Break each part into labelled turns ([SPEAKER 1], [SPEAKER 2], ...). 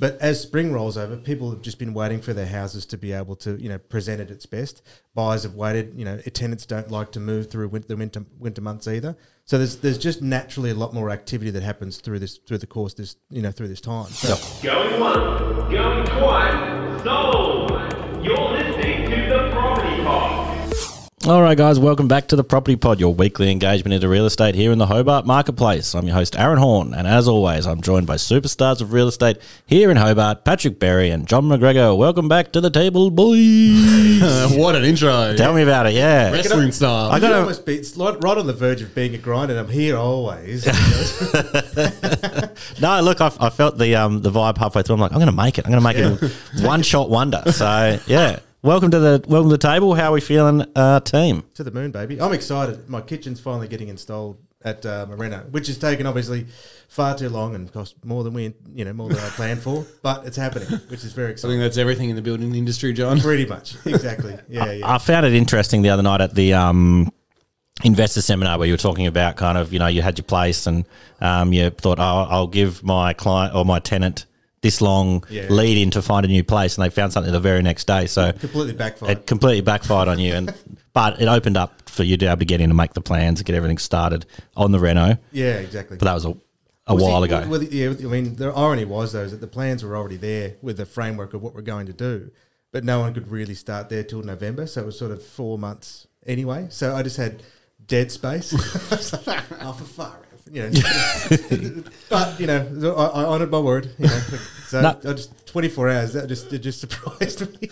[SPEAKER 1] But as spring rolls over, people have just been waiting for their houses to be able to, you know, present at its best. Buyers have waited. You know, tenants don't like to move through win- the winter winter months either. So there's there's just naturally a lot more activity that happens through this through the course this you know through this time. So,
[SPEAKER 2] Going once, going twice, sold. You're listening to the Property Pod.
[SPEAKER 3] All right, guys, welcome back to the Property Pod, your weekly engagement into real estate here in the Hobart Marketplace. I'm your host, Aaron Horn, and as always, I'm joined by superstars of real estate here in Hobart, Patrick Berry and John McGregor. Welcome back to the table, boys.
[SPEAKER 4] what an intro.
[SPEAKER 3] Tell me about it, yeah.
[SPEAKER 4] Wrestling style.
[SPEAKER 1] I got almost be, it's like right on the verge of being a grind, and I'm here always.
[SPEAKER 3] No, look, I, I felt the um, the vibe halfway through. I'm like, I'm going to make it. I'm going to make it a one shot wonder. So, yeah. Welcome to the welcome to the table. How are we feeling, uh, team?
[SPEAKER 1] to the moon, baby. I'm excited. My kitchen's finally getting installed at uh, Marina, which has taken obviously far too long and cost more than we, you know, more than I planned for. But it's happening, which is very
[SPEAKER 4] I think
[SPEAKER 1] exciting.
[SPEAKER 4] that's everything in the building industry, John.
[SPEAKER 1] Pretty much, exactly. Yeah, yeah.
[SPEAKER 3] I found it interesting the other night at the um, investor seminar where you were talking about kind of you know you had your place and um, you thought oh, I'll give my client or my tenant this long
[SPEAKER 1] Yeah.
[SPEAKER 3] lead in to find a new place and they found something the very next day so
[SPEAKER 1] Completely backfired.
[SPEAKER 3] it completely backfired on you and but it opened up for you to be able to get in and make the plans get everything started on the reno
[SPEAKER 1] yeah, exactly.
[SPEAKER 3] but that was a, a
[SPEAKER 1] Was
[SPEAKER 3] while
[SPEAKER 1] it-
[SPEAKER 3] ago
[SPEAKER 1] well, yeah, I mean, the irony was though is that the plans were already there with the framework of what we're going to do, but no one could really start there till November. So it was sort of four months anyway. So I just had dead space. I was like, oh, for far out. You know, but you know, I, I honoured my word. You know, so
[SPEAKER 3] No.
[SPEAKER 1] I just twenty four hours. That just it just surprised me.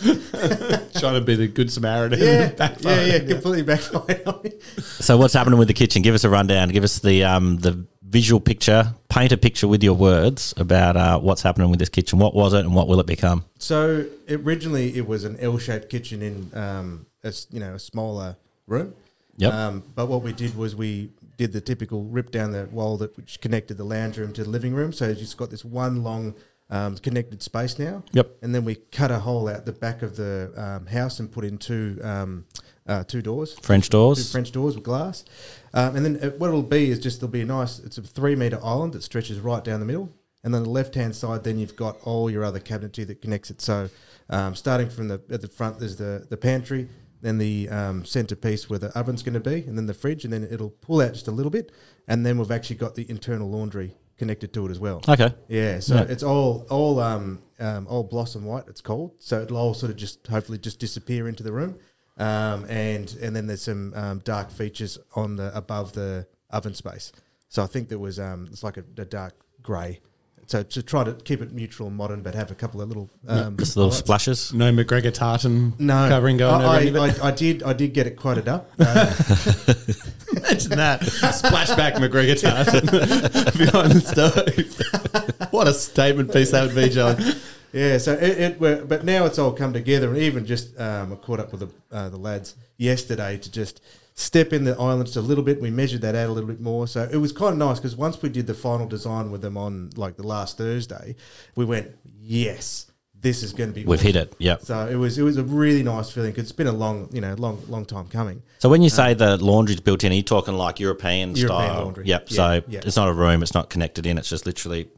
[SPEAKER 4] Trying to be the good Samaritan.
[SPEAKER 1] yeah, yeah,
[SPEAKER 4] Backfired.
[SPEAKER 1] yeah, completely backfired on me.
[SPEAKER 3] so what's happening with the kitchen give us a rundown give us the um, the visual picture paint a picture with your words about uh, what's happening with this kitchen what was it and what will it become
[SPEAKER 1] So originally it was an L-shaped kitchen in um, a s- you know a smaller room.
[SPEAKER 3] Yep.
[SPEAKER 1] Um, but what we did was we did the typical rip down the wall that which connected the lounge room to the living room. So you just got this one long um, connected space now.
[SPEAKER 3] Yep.
[SPEAKER 1] And then we cut a hole out the back of the um, house and put in two um, uh, two doors
[SPEAKER 3] French
[SPEAKER 1] two
[SPEAKER 3] doors.
[SPEAKER 1] French doors with glass. Um, and then uh, what it'll be is just there'll be a nice, it's a three meter island that stretches right down the middle. And then the left hand side, then you've got all your other cabinetry that connects it. So um, starting from the at the front, there's the, the pantry, then the um, centerpiece where the oven's going to be, and then the fridge, and then it'll pull out just a little bit. And then we've actually got the internal laundry connected to it as well.
[SPEAKER 3] Okay.
[SPEAKER 1] Yeah, so
[SPEAKER 3] Yeah.
[SPEAKER 1] it's all all um, um all blossom white. It's called, so it'll all sort of just hopefully just disappear into the room, um, and and then there's some um, dark features on the above the oven space. So I think there was um, it's like a, a dark grey. So to try to keep it neutral and modern, but have a couple of little um,
[SPEAKER 3] Just little
[SPEAKER 1] highlights.
[SPEAKER 3] splashes.
[SPEAKER 4] No McGregor tartan
[SPEAKER 1] No,
[SPEAKER 4] covering going over
[SPEAKER 1] I,
[SPEAKER 4] any of it.
[SPEAKER 1] I, I, I did I did get it quoted up. Uh,
[SPEAKER 4] Imagine that. Splashback McGregor tartan behind the stove. what a statement piece that would be, John.
[SPEAKER 1] Yeah, so it, it were, but now it's all come together, and even just um, I caught up with the, uh, the lads yesterday to just step in the islands a little bit. We measured that out a little bit more, so it was kind of nice because once we did the final design with them on like the last Thursday, we went, yes, this is going to be.
[SPEAKER 3] We've hit it. Yep.
[SPEAKER 1] So it was it was a really nice feeling 'cause it's been a long you know long long time coming.
[SPEAKER 3] So when you say the laundry's built in, are you talking like European,
[SPEAKER 1] European
[SPEAKER 3] style?
[SPEAKER 1] laundry.
[SPEAKER 3] Yep.
[SPEAKER 1] Yeah,
[SPEAKER 3] so
[SPEAKER 1] yeah.
[SPEAKER 3] it's not a room. It's not connected in. It's just literally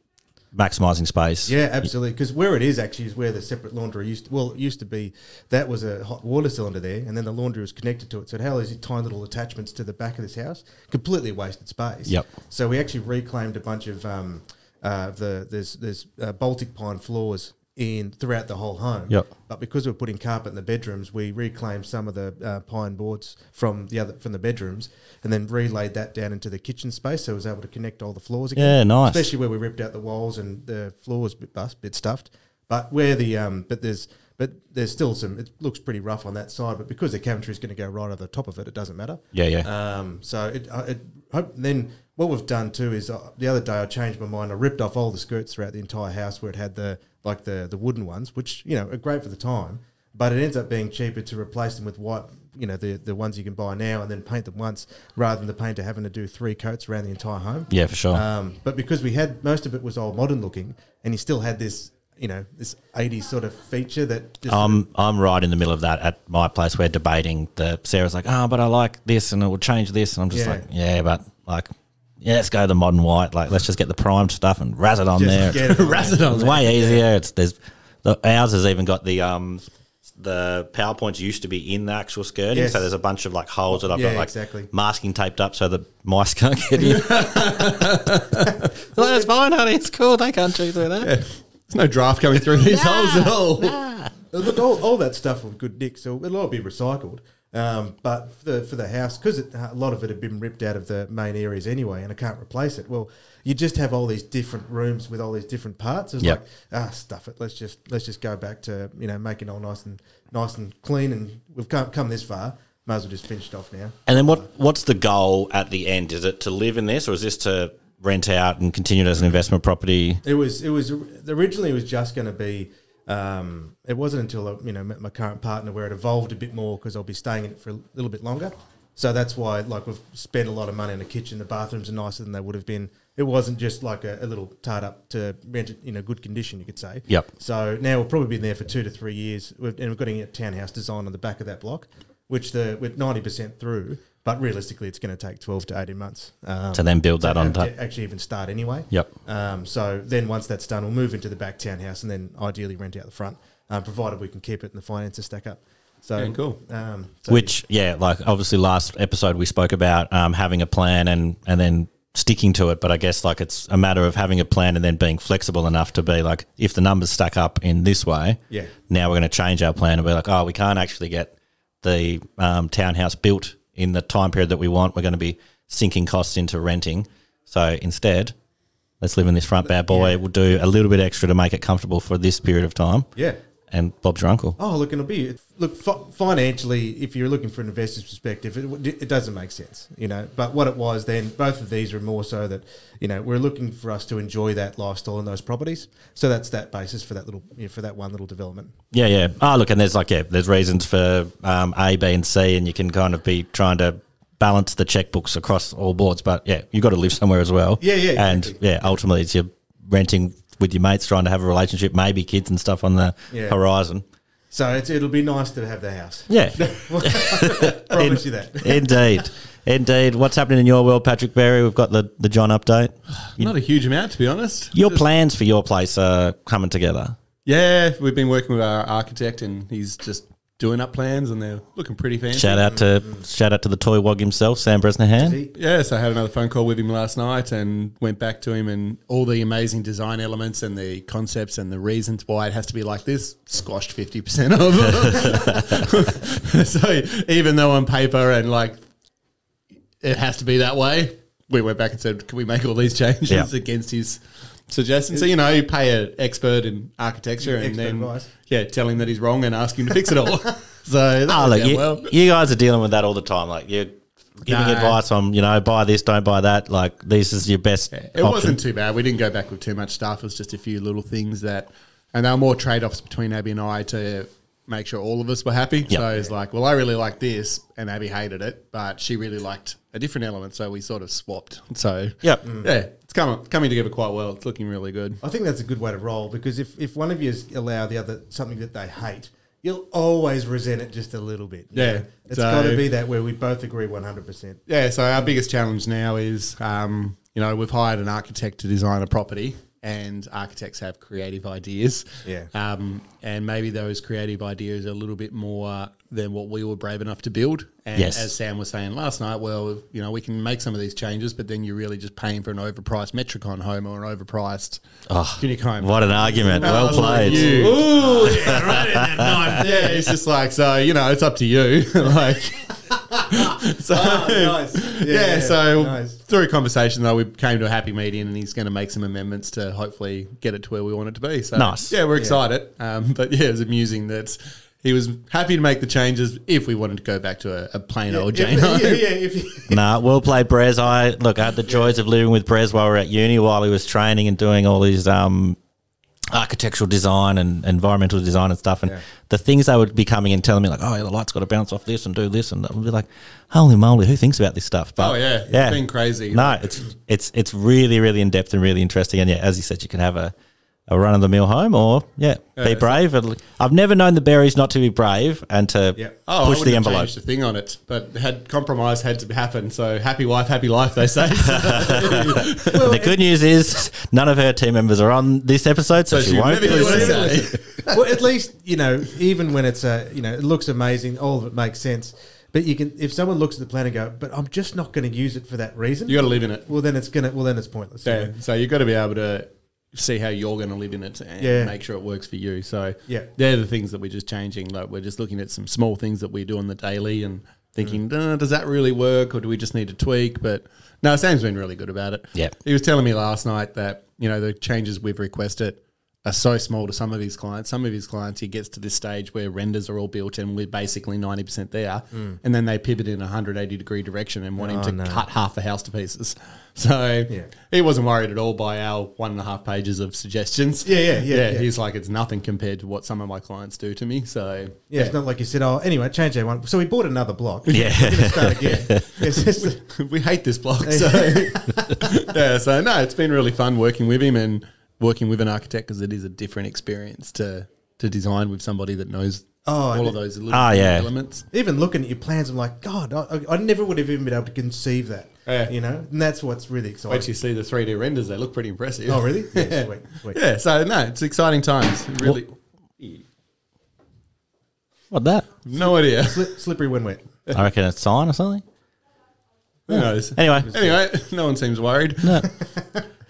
[SPEAKER 3] maximizing space.
[SPEAKER 1] Yeah, absolutely. Because where it is actually is where the separate laundry used. well, it used to be that was a hot water cylinder there, and then the laundry was connected to it. So it had all these tiny little attachments to the back of this house, completely wasted space.
[SPEAKER 3] Yep.
[SPEAKER 1] So we actually reclaimed a bunch of um, uh, the there's there's uh, Baltic pine floors in throughout the whole home.
[SPEAKER 3] Yep.
[SPEAKER 1] But because we're putting carpet in the bedrooms, we reclaimed some of the uh, pine boards from the other from the bedrooms, and then relaid that down into the kitchen space. So it was able to connect all the floors again.
[SPEAKER 3] Yeah, nice.
[SPEAKER 1] Especially where we ripped out the walls and the floors bit bust, bit stuffed. But where the um, but there's but there's still some. It looks pretty rough on that side, but because the cabinetry is going to go right over the top of it, it doesn't matter.
[SPEAKER 3] Yeah. Yeah.
[SPEAKER 1] Um, so it, I- it hope then what we've done too is uh, the other day I changed my mind. I ripped off all the skirts throughout the entire house where it had the like the the wooden ones, which you know are great for the time, but it ends up being cheaper to replace them with white. You know the the ones you can buy now and then paint them once rather than the painter having to do three coats around the entire home.
[SPEAKER 3] yeah. For sure.
[SPEAKER 1] Um, but because we had most of it was all modern looking, and he still had this, you know, this 80s sort of feature that just
[SPEAKER 3] I'm I'm right in the middle of that at my place. We're "Ah, debating. The Sarah's like, oh, but I like this, and it will change this, and I'm just
[SPEAKER 1] Yeah.
[SPEAKER 3] like, yeah, but like yeah, let's go the modern white. Like, let's just get the primed stuff and razz it on there.
[SPEAKER 1] get it on
[SPEAKER 3] Razz it on. It's way easier. It's there's the, ours has even got the um the powerpoints used to be in the actual skirting,
[SPEAKER 1] Yes.
[SPEAKER 3] so there's a bunch of like holes that I've
[SPEAKER 1] Yeah,
[SPEAKER 3] got like
[SPEAKER 1] exactly.
[SPEAKER 3] masking taped up so the mice can't get in. That's fine, honey. It's cool. They can't chew through that.
[SPEAKER 4] There's no draft coming through these holes at all.
[SPEAKER 1] Look, all, all that stuff was good nick, so it'll all be recycled. Um, but for the, for the house, because a lot of it had been ripped out of the main areas anyway, and I can't replace it. Well, you just have all these different rooms with all these different parts. It's
[SPEAKER 3] Yep.
[SPEAKER 1] like ah, stuff it. Let's just let's just go back to you know making all nice and nice and clean, and we've come, come this far. Might as well just finish it off now.
[SPEAKER 3] And then what? What's the goal at the end? Is it to live in this, or is this to rent out and continue it as an investment property?
[SPEAKER 1] It was it was originally it was just going to be. Um, it wasn't until I, you know met my current partner where it evolved a bit more because I'll be staying in it for a little bit longer. So that's why like we've spent a lot of money in the kitchen. The bathrooms are nicer than they would have been. It wasn't just like a, a little tart up to rent it in a good condition, you could say.
[SPEAKER 3] Yep.
[SPEAKER 1] So now we've probably been there for two to three years, we've, and we've got a townhouse design on the back of that block, which the we're ninety percent through. But realistically, it's going to take twelve to eighteen months. Um,
[SPEAKER 3] To then build that on
[SPEAKER 1] have
[SPEAKER 3] top.
[SPEAKER 1] to actually even start anyway.
[SPEAKER 3] Yep.
[SPEAKER 1] Um, so then once that's done, we'll move into the back townhouse and then ideally rent out the front, um, provided we can keep it and the finances stack up. So
[SPEAKER 4] Yeah, cool.
[SPEAKER 1] Um, so
[SPEAKER 3] Which, yeah, like obviously last episode we spoke about um, having a plan and and then sticking to it. But I guess like it's a matter of having a plan and then being flexible enough to be like, if the numbers stack up in this way,
[SPEAKER 1] Yeah.
[SPEAKER 3] now we're going to change our plan and be like, oh, we can't actually get the um, townhouse built in the time period that we want. We're going to be sinking costs into renting. So instead, let's live in this front bad boy. We'll do a little bit extra to make it comfortable for this period of time.
[SPEAKER 1] yeah.
[SPEAKER 3] And Bob's your uncle.
[SPEAKER 1] Oh, look, it'll be look fi- financially. If you're looking for an investor's perspective, it, w- it doesn't make sense, you know. But what it was then, both of these are more so that you know we're looking for us to enjoy that lifestyle in those properties. So that's that basis for that little you know, for that one little development.
[SPEAKER 3] Yeah, yeah. Oh, look, and there's like, yeah, there's reasons for um, A, B, and C, and you can kind of be trying to balance the checkbooks across all boards. But yeah, you've got to live somewhere as well.
[SPEAKER 1] Yeah, yeah,
[SPEAKER 3] And
[SPEAKER 1] exactly.
[SPEAKER 3] yeah, ultimately, it's you're renting with your mates, trying to have a relationship, maybe kids and stuff on the
[SPEAKER 1] Yeah.
[SPEAKER 3] horizon.
[SPEAKER 1] So it's, it'll be nice to have the house.
[SPEAKER 3] Yeah.
[SPEAKER 1] Promise you that.
[SPEAKER 3] Indeed. Indeed. What's happening in your world, Patrick Berry? We've got the, the John update.
[SPEAKER 4] Not a huge amount, to be honest.
[SPEAKER 3] Your plans for your place are coming together.
[SPEAKER 4] Yeah, we've been working with our architect, and he's just doing up plans, and they're looking pretty fancy.
[SPEAKER 3] Shout out to
[SPEAKER 1] Mm-hmm.
[SPEAKER 3] shout out to the toy wog himself, Sam Bresnahan.
[SPEAKER 4] Yeah, so I had another phone call with him last night and went back to him and all the amazing design elements and the concepts and the reasons why it has to be like this squashed 50% of. so even though on paper and like it has to be that way, we went back and said, can we make all these changes
[SPEAKER 3] Yeah.
[SPEAKER 4] against his suggestions? So, you know, you pay an expert in architecture and
[SPEAKER 1] Expert
[SPEAKER 4] then,
[SPEAKER 1] advice.
[SPEAKER 4] yeah, tell him that he's wrong and ask him to fix it all. so that
[SPEAKER 3] Oh, look,
[SPEAKER 4] worked out
[SPEAKER 3] you,
[SPEAKER 4] well.
[SPEAKER 3] you guys are dealing with that all the time. Like you're giving
[SPEAKER 4] Nah.
[SPEAKER 3] advice on, you know, buy this, don't buy that. Like this is your best.
[SPEAKER 4] It
[SPEAKER 3] option.
[SPEAKER 4] wasn't too bad. We didn't go back with too much stuff. It was just a few little things that, and they were more trade offs between Abby and I to make sure all of us were happy.
[SPEAKER 3] Yeah.
[SPEAKER 4] So it was like, well, I really like this, and Abby hated it, but she really liked a different element. So we sort of swapped. So
[SPEAKER 3] Yep.
[SPEAKER 4] yeah, it's come, coming together quite well. It's looking really good.
[SPEAKER 1] I think that's a good way to roll because if, if one of you allow the other something that they hate, you'll always resent it just a little bit. you
[SPEAKER 4] Yeah,
[SPEAKER 1] know? it's
[SPEAKER 4] so-
[SPEAKER 1] got to be that where we both agree one hundred percent.
[SPEAKER 4] Yeah, so our biggest challenge now is, um, you know, we've hired an architect to design a property, and architects have creative ideas.
[SPEAKER 1] Yeah.
[SPEAKER 4] Um, and maybe those creative ideas are a little bit more than what we were brave enough to build. And
[SPEAKER 3] Yes.
[SPEAKER 4] as Sam was saying last night, well, you know, we can make some of these changes, but then you're really just paying for an overpriced Metricon home or an overpriced oh, Unic home.
[SPEAKER 3] What an argument. well played.
[SPEAKER 4] You. Ooh, yeah, right in that knife. Yeah, it's just like, so, you know, it's up to you. like, so,
[SPEAKER 3] Oh,
[SPEAKER 1] nice.
[SPEAKER 4] Yeah, so through conversation, though, we came to a happy meeting and he's going to make some amendments to hopefully get it to where we want it to be. So,
[SPEAKER 3] Nice.
[SPEAKER 4] Yeah, we're excited. Um, but yeah, it was amusing that he was happy to make the changes if we wanted to go back to a, a plain old
[SPEAKER 1] yeah,
[SPEAKER 4] Oh, Jane.
[SPEAKER 1] yeah, if you,
[SPEAKER 3] Nah, well played, Brez. I look, I had the joys of living with Brez while we were at uni, while he was training and doing all his um, architectural design and environmental design and stuff. And the things they would be coming and telling me, like, oh, yeah, the light's got to bounce off this and do this, and I'd be like, holy moly, who thinks about this stuff? But
[SPEAKER 4] Oh, yeah. It's been crazy.
[SPEAKER 3] No, it's it's it's really really in depth and really interesting. And yeah, as you said, you can have a a run of the mill home, or yeah, be brave. I've never known the berries not to be brave and to
[SPEAKER 1] Yeah.
[SPEAKER 4] Oh,
[SPEAKER 3] push the envelope.
[SPEAKER 4] Changed the thing on it, but had compromise had to happen. So happy wife, happy life, they say. so
[SPEAKER 3] But the good news is none of her team members are on this episode, so, she, won't.
[SPEAKER 4] never
[SPEAKER 3] Be
[SPEAKER 4] hear what I
[SPEAKER 3] listening.
[SPEAKER 4] say.
[SPEAKER 1] well, at least you know, even when it's a, you know, it looks amazing, all of it makes sense. But you can, if someone looks at the plan and go, "But I'm just not going to use it for that reason,"
[SPEAKER 4] You got to live in it.
[SPEAKER 1] well, then it's gonna, well, then it's pointless. you
[SPEAKER 4] Yeah.
[SPEAKER 1] know.
[SPEAKER 4] So you've got to be able to see how you're going to live in it and
[SPEAKER 1] Yeah.
[SPEAKER 4] make sure it works for you. So
[SPEAKER 1] Yeah.
[SPEAKER 4] they're the things that we're just changing. Like we're just looking at some small things that we do on the daily and
[SPEAKER 1] Mm.
[SPEAKER 4] thinking, "Duh, does that really work or do we just need to tweak? But no, Sam's been really good about it.
[SPEAKER 3] Yeah.
[SPEAKER 4] He was telling me last night that, you know, the changes we've requested are so small to some of his clients. Some of his clients, he gets to this stage where renders are all built in. We're basically 90% there.
[SPEAKER 1] Mm.
[SPEAKER 4] And then they pivot in a 180 degree direction and want him to cut half the house to pieces. So
[SPEAKER 1] Oh, Yeah.
[SPEAKER 4] he wasn't worried at all by our one and a half pages of suggestions.
[SPEAKER 1] Yeah, yeah, yeah, yeah.
[SPEAKER 4] He's like, it's nothing compared to what some of my clients do to me. So
[SPEAKER 1] Yeah, it's not like you said. Oh, anyway, change that one. So we bought another block.
[SPEAKER 3] Yeah.
[SPEAKER 1] We're gonna start again. It's just-
[SPEAKER 4] we hate this block. So yeah, so no, it's been really fun working with him and working with an architect because it is a different experience to to design with somebody that knows
[SPEAKER 1] Oh,
[SPEAKER 4] all
[SPEAKER 1] and-
[SPEAKER 4] of those little
[SPEAKER 3] Ah, yeah.
[SPEAKER 4] elements.
[SPEAKER 1] even looking at your plans, I'm like, God, I, I never would have even been able to conceive that.
[SPEAKER 4] Yeah.
[SPEAKER 1] You know, and that's what's really exciting.
[SPEAKER 4] Wait till you see the three D renders; they look pretty impressive.
[SPEAKER 1] oh, really? Yeah,
[SPEAKER 4] Yeah.
[SPEAKER 1] sweet, sweet.
[SPEAKER 4] Yeah, So no, it's exciting times. Really,
[SPEAKER 3] What that?
[SPEAKER 4] no idea.
[SPEAKER 1] Sli- slippery when wet.
[SPEAKER 3] I reckon it's sign or something.
[SPEAKER 4] Who knows?
[SPEAKER 3] Anyway,
[SPEAKER 4] Anyway, no one seems worried.
[SPEAKER 3] no.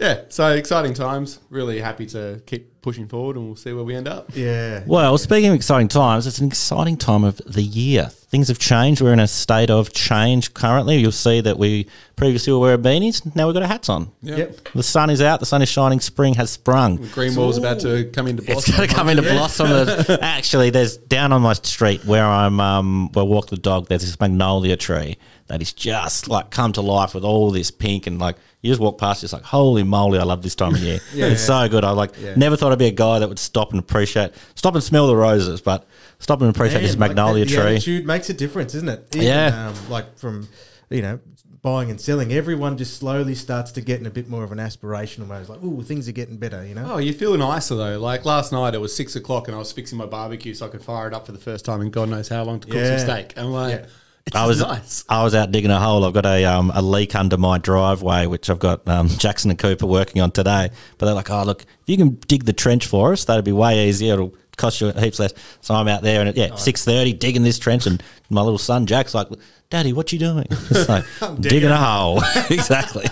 [SPEAKER 4] Yeah, so exciting times. Really happy to keep pushing forward, and we'll see where we end up.
[SPEAKER 1] Yeah.
[SPEAKER 3] Well, speaking of exciting times, it's an exciting time of the year. Things have changed. We're in a state of change currently. You'll see that we previously were wearing beanies. Now we've got our hats on.
[SPEAKER 1] Yep.
[SPEAKER 3] The sun is out. The sun is shining. Spring has sprung.
[SPEAKER 4] Green wall's about to come into blossom.
[SPEAKER 3] It's going to come into blossom. Actually, there's down on my street where I'm, um, where I walk the dog. There's this magnolia tree that is just like come to life with all this pink and like you just walk past, it's like holy moly, I love this time of year. it's so good. I like never thought I'd be a guy that would stop and appreciate, stop and smell the roses, but stop and appreciate this
[SPEAKER 1] Man, like,
[SPEAKER 3] magnolia
[SPEAKER 1] the
[SPEAKER 3] tree.
[SPEAKER 1] attitude makes a difference, isn't it? Even,
[SPEAKER 3] Yeah.
[SPEAKER 1] Um, like from, you know, buying and selling, everyone just slowly starts to get in a bit more of an aspirational mode. It's like, ooh, things are getting better, you know?
[SPEAKER 4] Oh, you feel nicer though. Like last night, it was six o'clock, and I was fixing my barbecue so I could fire it up for the first time in God knows how long to cook
[SPEAKER 1] Yeah.
[SPEAKER 4] some steak. I'm like,
[SPEAKER 1] Yeah.
[SPEAKER 4] it's
[SPEAKER 3] I
[SPEAKER 4] I
[SPEAKER 3] was
[SPEAKER 4] nice.
[SPEAKER 3] I was out digging a hole. I've got a um, a leak under my driveway, which I've got um, Jackson and Cooper working on today. But they're like, "Oh, look, if you can dig the trench for us, that'd be way easier. It'll cost you heaps less." So I'm out there, and yeah, six thirty digging this trench, and my little son Jack's like, "Daddy, what you doing?" It's like digging,
[SPEAKER 1] digging
[SPEAKER 3] a hole, exactly.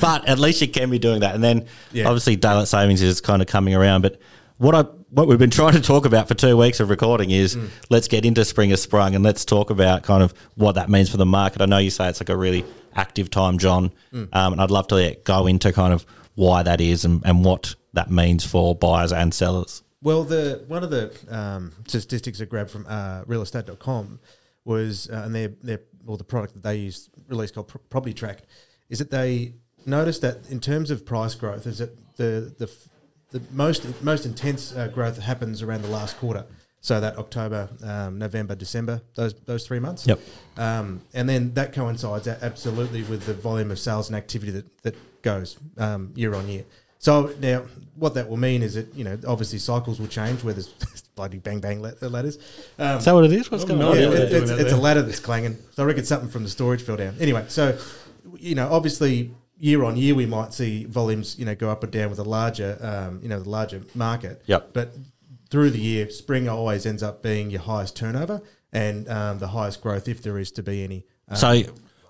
[SPEAKER 3] But at least you can be doing that, and then
[SPEAKER 1] Yeah.
[SPEAKER 3] obviously daylight savings is kind of coming around. But what I what we've been trying to talk about for two weeks of recording is let's get into spring has sprung and let's talk about kind of what that means for the market. I know you say it's like a really active time, John, um, and I'd love to yeah, go into kind of why that is and, and what that means for buyers and sellers.
[SPEAKER 1] Well, the one of the um, statistics I grabbed from uh, realestate.com was, uh, and their, their well, the product that they use released called Pro- Property Track, is that they noticed that in terms of price growth, is that the the f- the most most intense uh, growth happens around the last quarter, so that October, um, November, December, those those three months.
[SPEAKER 3] Yep.
[SPEAKER 1] Um, and then that coincides a- absolutely with the volume of sales and activity that, that goes um, year on year. So now, what that will mean is that you know obviously cycles will change where there's bloody bang bang la- ladders. Um,
[SPEAKER 3] Is that what it is? What's going
[SPEAKER 4] no,
[SPEAKER 3] on?
[SPEAKER 1] yeah,
[SPEAKER 4] yeah,
[SPEAKER 1] it-
[SPEAKER 4] they're doing
[SPEAKER 1] it's,
[SPEAKER 4] that
[SPEAKER 1] it's a
[SPEAKER 4] there.
[SPEAKER 1] ladder that's clanging. So I reckon it's something from the storage fell down. Anyway, so you know, obviously, year on year, we might see volumes you know go up and down with a larger um, you know the larger market.
[SPEAKER 3] Yep.
[SPEAKER 1] But through the year, spring always ends up being your highest turnover and um, the highest growth if there is to be any. Um,
[SPEAKER 3] So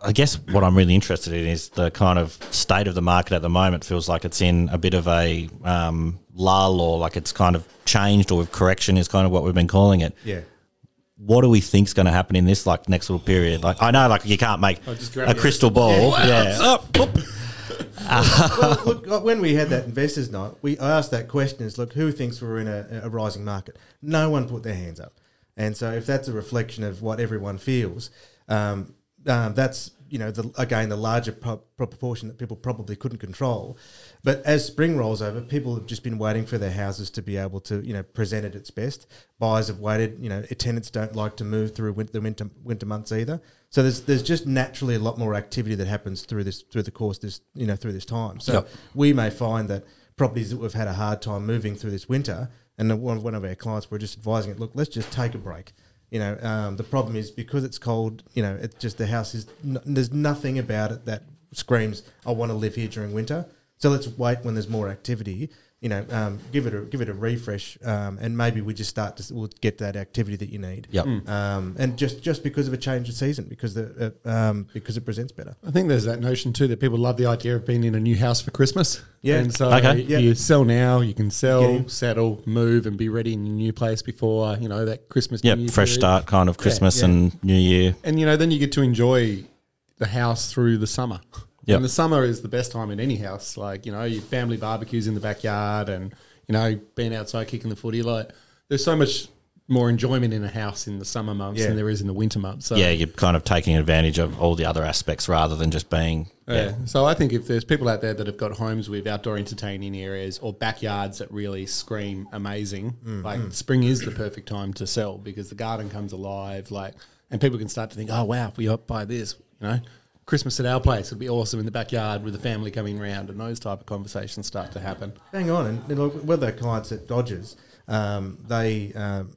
[SPEAKER 3] I guess what I'm really interested in is the kind of state of the market at the moment feels like it's in a bit of a um, lull or like it's kind of changed or correction is kind of what we've been calling it.
[SPEAKER 1] yeah.
[SPEAKER 3] What do we think's going to happen in this like next little period? Like I know like you can't make
[SPEAKER 4] just grab
[SPEAKER 3] a
[SPEAKER 4] it.
[SPEAKER 3] crystal ball. Yeah. Oh, oop.
[SPEAKER 1] well, look, uh, when we had that investors night, we I asked that question: is look, who thinks we're in a, a rising market? No one put their hands up, and so if that's a reflection of what everyone feels, um, um, that's you know the, again the larger pro- proportion that people probably couldn't control. But as spring rolls over, people have just been waiting for their houses to be able to you know present at its best. Buyers have waited. You know, tenants don't like to move through win- the winter winter months either. So there's there's just naturally a lot more activity that happens through this through the course this you know through this time. So
[SPEAKER 3] Yep.
[SPEAKER 1] we may find that properties that we've had a hard time moving through this winter. And then one, one of our clients were just advising it, look, let's just take a break. You know, um, the problem is because it's cold, you know, it's just the house is, n- there's nothing about it that screams, I want to live here during winter. So let's wait when there's more activity. You know, um, give it a give it a refresh, um, and maybe we just start to s- we'll get that activity that you need.
[SPEAKER 3] Yep.
[SPEAKER 1] Um, and just just because of a change of season, because the uh, um, because it presents better.
[SPEAKER 4] I think there's that notion too that people love the idea of being in a new house for Christmas.
[SPEAKER 1] Yeah.
[SPEAKER 4] And so
[SPEAKER 3] Okay.
[SPEAKER 1] Yeah.
[SPEAKER 4] you sell now, you can
[SPEAKER 1] Get
[SPEAKER 4] sell,
[SPEAKER 1] in.
[SPEAKER 4] settle, move, and be ready in your new place before, you know, that Christmas. New
[SPEAKER 3] Yep,
[SPEAKER 4] Year
[SPEAKER 3] fresh
[SPEAKER 4] period.
[SPEAKER 3] start kind of Christmas
[SPEAKER 1] yeah.
[SPEAKER 3] and New Year.
[SPEAKER 4] And, you know, then you get to enjoy the house through the summer.
[SPEAKER 3] Yep.
[SPEAKER 4] And the summer is the best time in any house. Like, you know, your family barbecues in the backyard and, you know, being outside kicking the footy. Like, there's so much more enjoyment in a house in the summer months
[SPEAKER 1] Yeah.
[SPEAKER 4] than there is in the winter months. So,
[SPEAKER 3] Yeah, you're kind of taking advantage of all the other aspects rather than just being. Yeah.
[SPEAKER 4] Yeah. So I think if there's people out there that have got homes with outdoor entertaining areas or backyards that really scream amazing, like spring is the perfect time to sell because the garden comes alive, like, and people can start to think, oh wow, if we up buy this, you know, Christmas at our place would be awesome in the backyard with the family coming round, and those type of conversations start to happen.
[SPEAKER 1] Hang on, and, and look, with our clients at Dodgers, um, they um,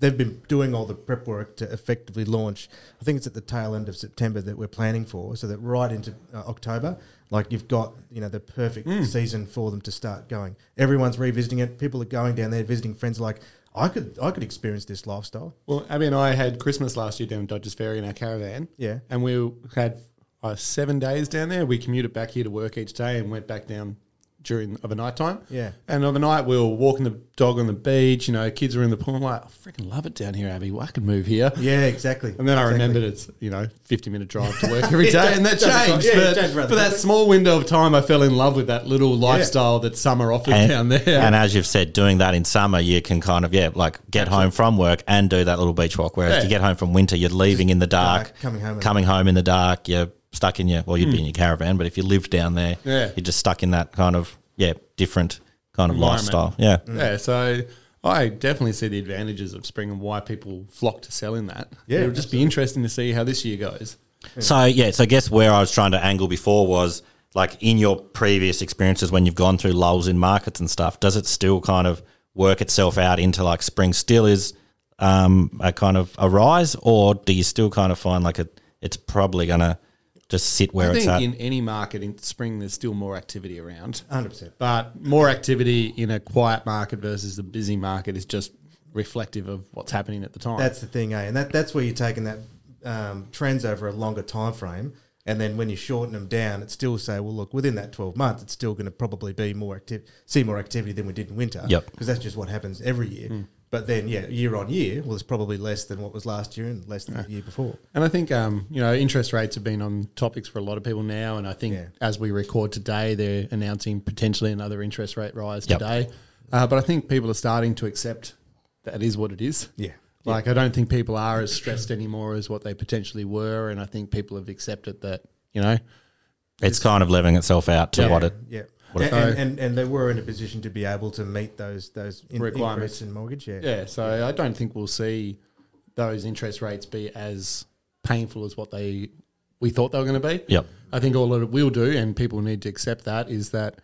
[SPEAKER 1] they've been doing all the prep work to effectively launch. I think it's at the tail end of September that we're planning for, so that right into uh, October, like you've got you know the perfect
[SPEAKER 4] Hmm.
[SPEAKER 1] season for them to start going. Everyone's revisiting it. People are going down there visiting friends. Like I could I could experience this lifestyle.
[SPEAKER 4] Well, Abby and I had Christmas last year down at Dodgers Ferry in our caravan.
[SPEAKER 1] Yeah.
[SPEAKER 4] And we had uh, seven days down there. We commuted back here to work each day and went back down during overnight time.
[SPEAKER 1] Yeah.
[SPEAKER 4] And overnight we were walking the dog on the beach, you know, kids were in the pool. I'm like, I freaking love it down here, Abby. Well, I could move here.
[SPEAKER 1] Yeah, exactly.
[SPEAKER 4] And then I
[SPEAKER 1] Exactly.
[SPEAKER 4] remembered it's, you know, 50 minute drive to work every day.
[SPEAKER 1] does-
[SPEAKER 4] and that
[SPEAKER 1] does
[SPEAKER 4] changed.
[SPEAKER 1] quite- yeah, it
[SPEAKER 4] but
[SPEAKER 1] changed rather
[SPEAKER 4] for that
[SPEAKER 1] quickly.
[SPEAKER 4] small window of time, I fell in love with that little lifestyle that summer offered
[SPEAKER 3] And,
[SPEAKER 4] down there.
[SPEAKER 3] and as you've said, doing that in summer, you can kind of, yeah, like get home from work and do that little beach walk. Whereas
[SPEAKER 4] Yeah.
[SPEAKER 3] you get home from winter, you're leaving in the dark,
[SPEAKER 1] dark, coming home in the
[SPEAKER 3] coming home in the dark, you're stuck in your, well, you'd be in your caravan, but if you lived down there,
[SPEAKER 4] Hmm. Yeah.
[SPEAKER 3] you're just stuck in that kind of, yeah, different kind of
[SPEAKER 4] Environment.
[SPEAKER 3] lifestyle. Yeah.
[SPEAKER 4] Yeah, so I definitely see the advantages of spring and why people flock to sell in that.
[SPEAKER 1] Yeah,
[SPEAKER 4] it'll just be interesting to see how this year goes.
[SPEAKER 3] So yeah, so I guess where I was trying to angle before was like in your previous experiences when you've gone through lulls in markets and stuff, does it still kind of work itself out into like spring still is um, a kind of a rise, or do you still kind of find like it it's probably gonna just sit where
[SPEAKER 4] I
[SPEAKER 3] it's
[SPEAKER 4] think
[SPEAKER 3] at?
[SPEAKER 4] in any market in spring, there's still more activity around,
[SPEAKER 1] 100%.
[SPEAKER 4] but more activity in a quiet market versus a busy market is just reflective of what's happening at the time.
[SPEAKER 1] That's the thing, eh? And that, that's where you're taking that um, trends over a longer time frame, and then when you shorten them down, it's still say, well, look, within that 12 months, it's still going to probably be more active, see more activity than we did in winter.
[SPEAKER 3] Yep.
[SPEAKER 1] Because that's just what happens every year. But then, yeah, year on year, well, it's probably less than what was last year and less than the year before.
[SPEAKER 4] And I think um, you know interest rates have been on topics for a lot of people now, and I think
[SPEAKER 1] Yeah.
[SPEAKER 4] as we record today, they're announcing potentially another interest rate rise
[SPEAKER 3] Yep.
[SPEAKER 4] today. Uh, but I think people are starting to accept that is what it is.
[SPEAKER 1] Yeah.
[SPEAKER 4] Like I don't think people are as stressed anymore as what they potentially were, and I think people have accepted that you know
[SPEAKER 3] it's kind of leveling itself out to what it.
[SPEAKER 1] Yeah.
[SPEAKER 3] What
[SPEAKER 1] and,
[SPEAKER 3] if-
[SPEAKER 1] and, and, and they were in a position to be able to meet those those in,
[SPEAKER 4] Requirements.
[SPEAKER 1] increase in mortgage. Yeah.
[SPEAKER 4] Yeah, so I don't think we'll see those interest rates be as painful as what they we thought they were going to be.
[SPEAKER 3] Yep.
[SPEAKER 4] I think all that it will do, and people need to accept that, is that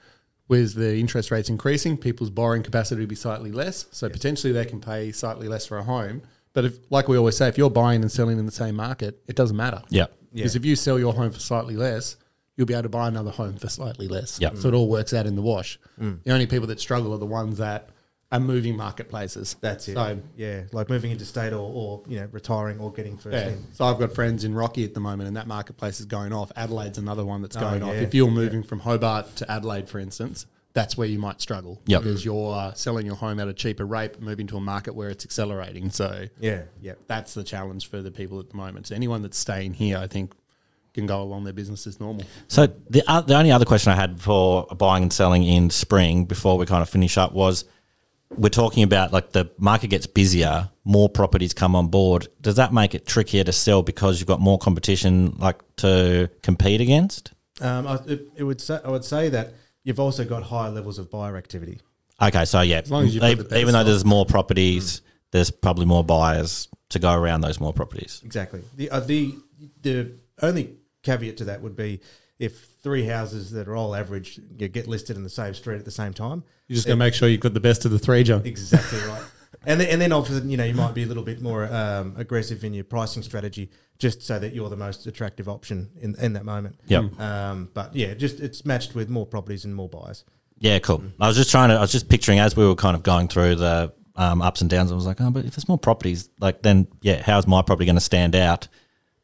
[SPEAKER 4] with the interest rates increasing, people's borrowing capacity will be slightly less. So potentially they can pay slightly less for a home. But if, like we always say, if you're buying and selling in the same market, it doesn't matter.
[SPEAKER 3] Yeah.
[SPEAKER 4] Because if you sell your home for slightly less, you'll be able to buy another home for slightly less.
[SPEAKER 3] Yep.
[SPEAKER 4] So it all works out in the wash. The only people that struggle are the ones that are moving marketplaces.
[SPEAKER 1] That's it.
[SPEAKER 4] So,
[SPEAKER 1] yeah. Like moving into state or, or, you know, retiring or getting first
[SPEAKER 4] yeah.
[SPEAKER 1] in.
[SPEAKER 4] So I've got friends in Rocky at the moment, and that marketplace is going off. Adelaide's another one that's going off.
[SPEAKER 1] Oh, yeah.
[SPEAKER 4] If you're moving from Hobart to Adelaide, for instance, that's where you might struggle
[SPEAKER 3] Yep.
[SPEAKER 4] because you're uh, selling your home at a cheaper rate, but moving to a market where it's accelerating. So
[SPEAKER 1] Yeah. Yeah.
[SPEAKER 4] that's the challenge for the people at the moment. So anyone that's staying here, I think, can go along their business as normal.
[SPEAKER 3] So the uh, the only other question I had for buying and selling in spring before we kind of finish up was we're talking about like the market gets busier, more properties come on board. Does that make it trickier to sell because you've got more competition like to compete against?
[SPEAKER 1] Um, I, it, it would say, I would say that you've also got higher levels of buyer activity.
[SPEAKER 3] Okay, so yeah,
[SPEAKER 4] long as you've got
[SPEAKER 3] ev-
[SPEAKER 4] the better
[SPEAKER 3] even though
[SPEAKER 4] stock.
[SPEAKER 3] there's more properties, there's probably more buyers to go around those more properties.
[SPEAKER 1] Exactly. The uh, the the only caveat to that would be if three houses that are all average you get listed in the same street at the same time,
[SPEAKER 4] You just got to make sure you've got the best of the three, John.
[SPEAKER 1] Exactly right. And then, and then often, you know, you might be a little bit more um, aggressive in your pricing strategy just so that you're the most attractive option in, in that moment.
[SPEAKER 3] Yep.
[SPEAKER 1] Um, but yeah, just it's matched with more properties and more buyers.
[SPEAKER 3] Yeah, cool.
[SPEAKER 1] Mm.
[SPEAKER 3] I was just trying to, I was just picturing as we were kind of going through the um, ups and downs, I was like, oh, but if there's more properties, like then, yeah, how's my property going to stand out?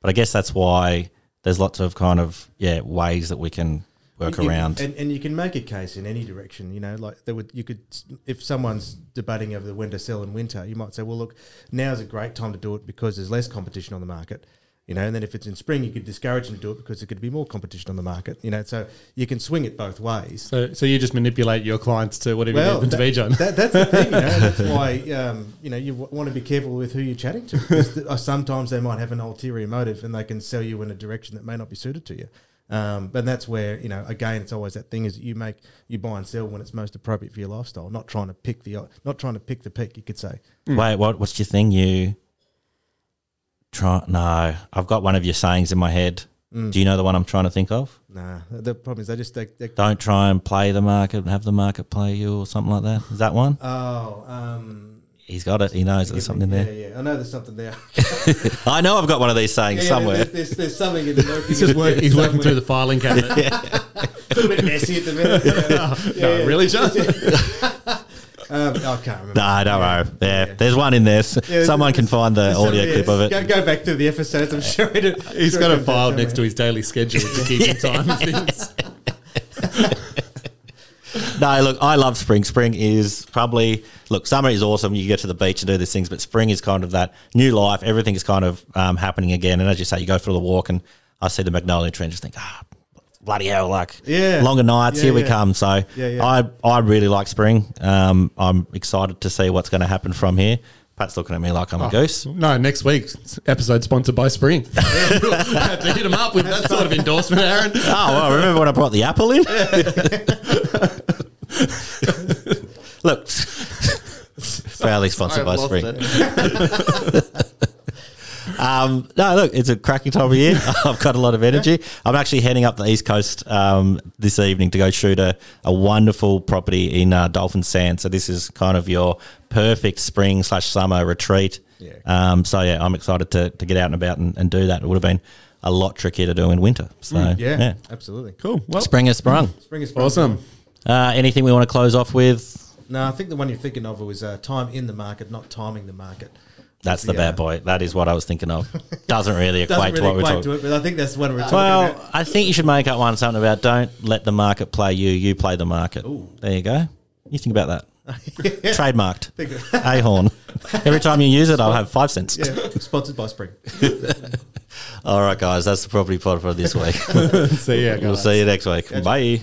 [SPEAKER 3] But I guess that's why there's lots of kind of, yeah, ways that we can work
[SPEAKER 1] You- you-
[SPEAKER 3] around.
[SPEAKER 1] and, and you can make a case in any direction. You know, like there would you could if someone's debating over the when to sell in winter, you might say, well, look, now's a great time to do it because there's less competition on the market. You know, and then if it's in spring, you could discourage them to do it because there could be more competition on the market. You know, so you can swing it both ways.
[SPEAKER 4] So, so you just manipulate your clients to whatever you need them to be, John.
[SPEAKER 1] that- that's the thing. You know, that's why um, you know you w- want to be careful with who you're chatting to. Because th- uh, sometimes they might have an ulterior motive, and they can sell you in a direction that may not be suited to you. Um, but that's where you know again, it's always that thing is that you make you buy and sell when it's most appropriate for your lifestyle. Not trying to pick the not trying to pick the peak. You could say
[SPEAKER 3] Wait, what, what's your thing? You try, no, I've got one of your sayings in my head.
[SPEAKER 1] Mm.
[SPEAKER 3] Do you know the one I'm trying to think of?
[SPEAKER 1] nah. The the problem is they just they, they
[SPEAKER 3] Don't try and play the market and have the market play you or something like that. Is that one?
[SPEAKER 1] oh um,
[SPEAKER 3] He's got it. He knows
[SPEAKER 1] give me-
[SPEAKER 3] there's something
[SPEAKER 1] yeah,
[SPEAKER 3] there.
[SPEAKER 1] Yeah, I know there's something there
[SPEAKER 3] I know I've got one of these sayings
[SPEAKER 1] Yeah,
[SPEAKER 3] somewhere.
[SPEAKER 1] There's, there's, there's something in the working.
[SPEAKER 4] He's just work, he's working through the filing cabinet.
[SPEAKER 1] a little bit messy at the minute. Yeah.
[SPEAKER 4] No,
[SPEAKER 1] Yeah, yeah.
[SPEAKER 4] really, John?
[SPEAKER 1] Um, I can't remember.
[SPEAKER 3] No, don't worry. Yeah,
[SPEAKER 1] Yeah.
[SPEAKER 3] there's one in there. S-
[SPEAKER 1] Yeah,
[SPEAKER 3] Someone
[SPEAKER 1] it's-
[SPEAKER 3] can find the
[SPEAKER 1] So,
[SPEAKER 3] audio
[SPEAKER 1] yeah,
[SPEAKER 3] clip of
[SPEAKER 1] Go,
[SPEAKER 3] it.
[SPEAKER 1] go back to the episodes. I'm sure it,
[SPEAKER 4] He's
[SPEAKER 1] sure
[SPEAKER 4] got
[SPEAKER 1] it
[SPEAKER 4] a
[SPEAKER 1] comes
[SPEAKER 4] file
[SPEAKER 1] out
[SPEAKER 4] next to
[SPEAKER 1] somewhere.
[SPEAKER 4] his daily schedule to keep in time with things.
[SPEAKER 3] No, look, I love spring. Spring is probably look. Summer is awesome. You get to the beach and do these things, but spring is kind of that new life. Everything is kind of um, happening again. And as you say, you go for the walk, and I see the magnolia tree and just think, ah, bloody hell, like
[SPEAKER 1] Yeah.
[SPEAKER 3] longer nights.
[SPEAKER 1] Yeah,
[SPEAKER 3] here we
[SPEAKER 1] yeah.
[SPEAKER 3] come. So
[SPEAKER 1] Yeah, yeah.
[SPEAKER 3] I I really like spring. Um, I'm excited to see what's going to happen from here. Pat's looking at me like
[SPEAKER 1] Oh.
[SPEAKER 3] I'm a goose.
[SPEAKER 4] No, next week's episode sponsored by Spring. Have to hit him up with that sort of endorsement, Aaron.
[SPEAKER 3] Oh, well, remember when I brought the apple in? Look, Fairly sponsored by
[SPEAKER 4] I've lost
[SPEAKER 3] Spring.
[SPEAKER 4] it.
[SPEAKER 3] Um, no, look, it's a cracking time of year. I've got a lot of energy. I'm actually heading up the East Coast um, this evening to go shoot a, a wonderful property in uh, Dolphin Sand. So this is kind of your perfect spring slash summer retreat.
[SPEAKER 1] Yeah.
[SPEAKER 3] Um, so yeah, I'm excited to, to get out and about and, and do that. It would have been a lot trickier to do in winter. So
[SPEAKER 1] Yeah, Oh.
[SPEAKER 3] yeah.
[SPEAKER 1] absolutely.
[SPEAKER 4] Cool. Well,
[SPEAKER 3] Spring has sprung.
[SPEAKER 1] Spring is
[SPEAKER 4] awesome.
[SPEAKER 3] Uh, anything we want to close off with?
[SPEAKER 1] No, I think the one you're thinking of was uh, time in the market, not timing the market.
[SPEAKER 3] That's the
[SPEAKER 1] Yeah.
[SPEAKER 3] bad boy. That is what I was thinking of. Doesn't really
[SPEAKER 1] Doesn't
[SPEAKER 3] equate
[SPEAKER 1] really
[SPEAKER 3] to what we're
[SPEAKER 1] equate
[SPEAKER 3] talking.
[SPEAKER 1] to it, but I think that's what we're talking
[SPEAKER 3] well,
[SPEAKER 1] about.
[SPEAKER 3] I think you should make up one something about don't let the market play you. You play the market. There you go. You think about that. Trademarked.
[SPEAKER 1] Think of-
[SPEAKER 3] A horn. Every time you use it, I'll have five cents.
[SPEAKER 1] Yeah, sponsored by Spring.
[SPEAKER 3] All right, guys. That's the property pod for this week.
[SPEAKER 4] See ya,
[SPEAKER 3] We'll
[SPEAKER 4] guys.
[SPEAKER 3] see you next week. Bye.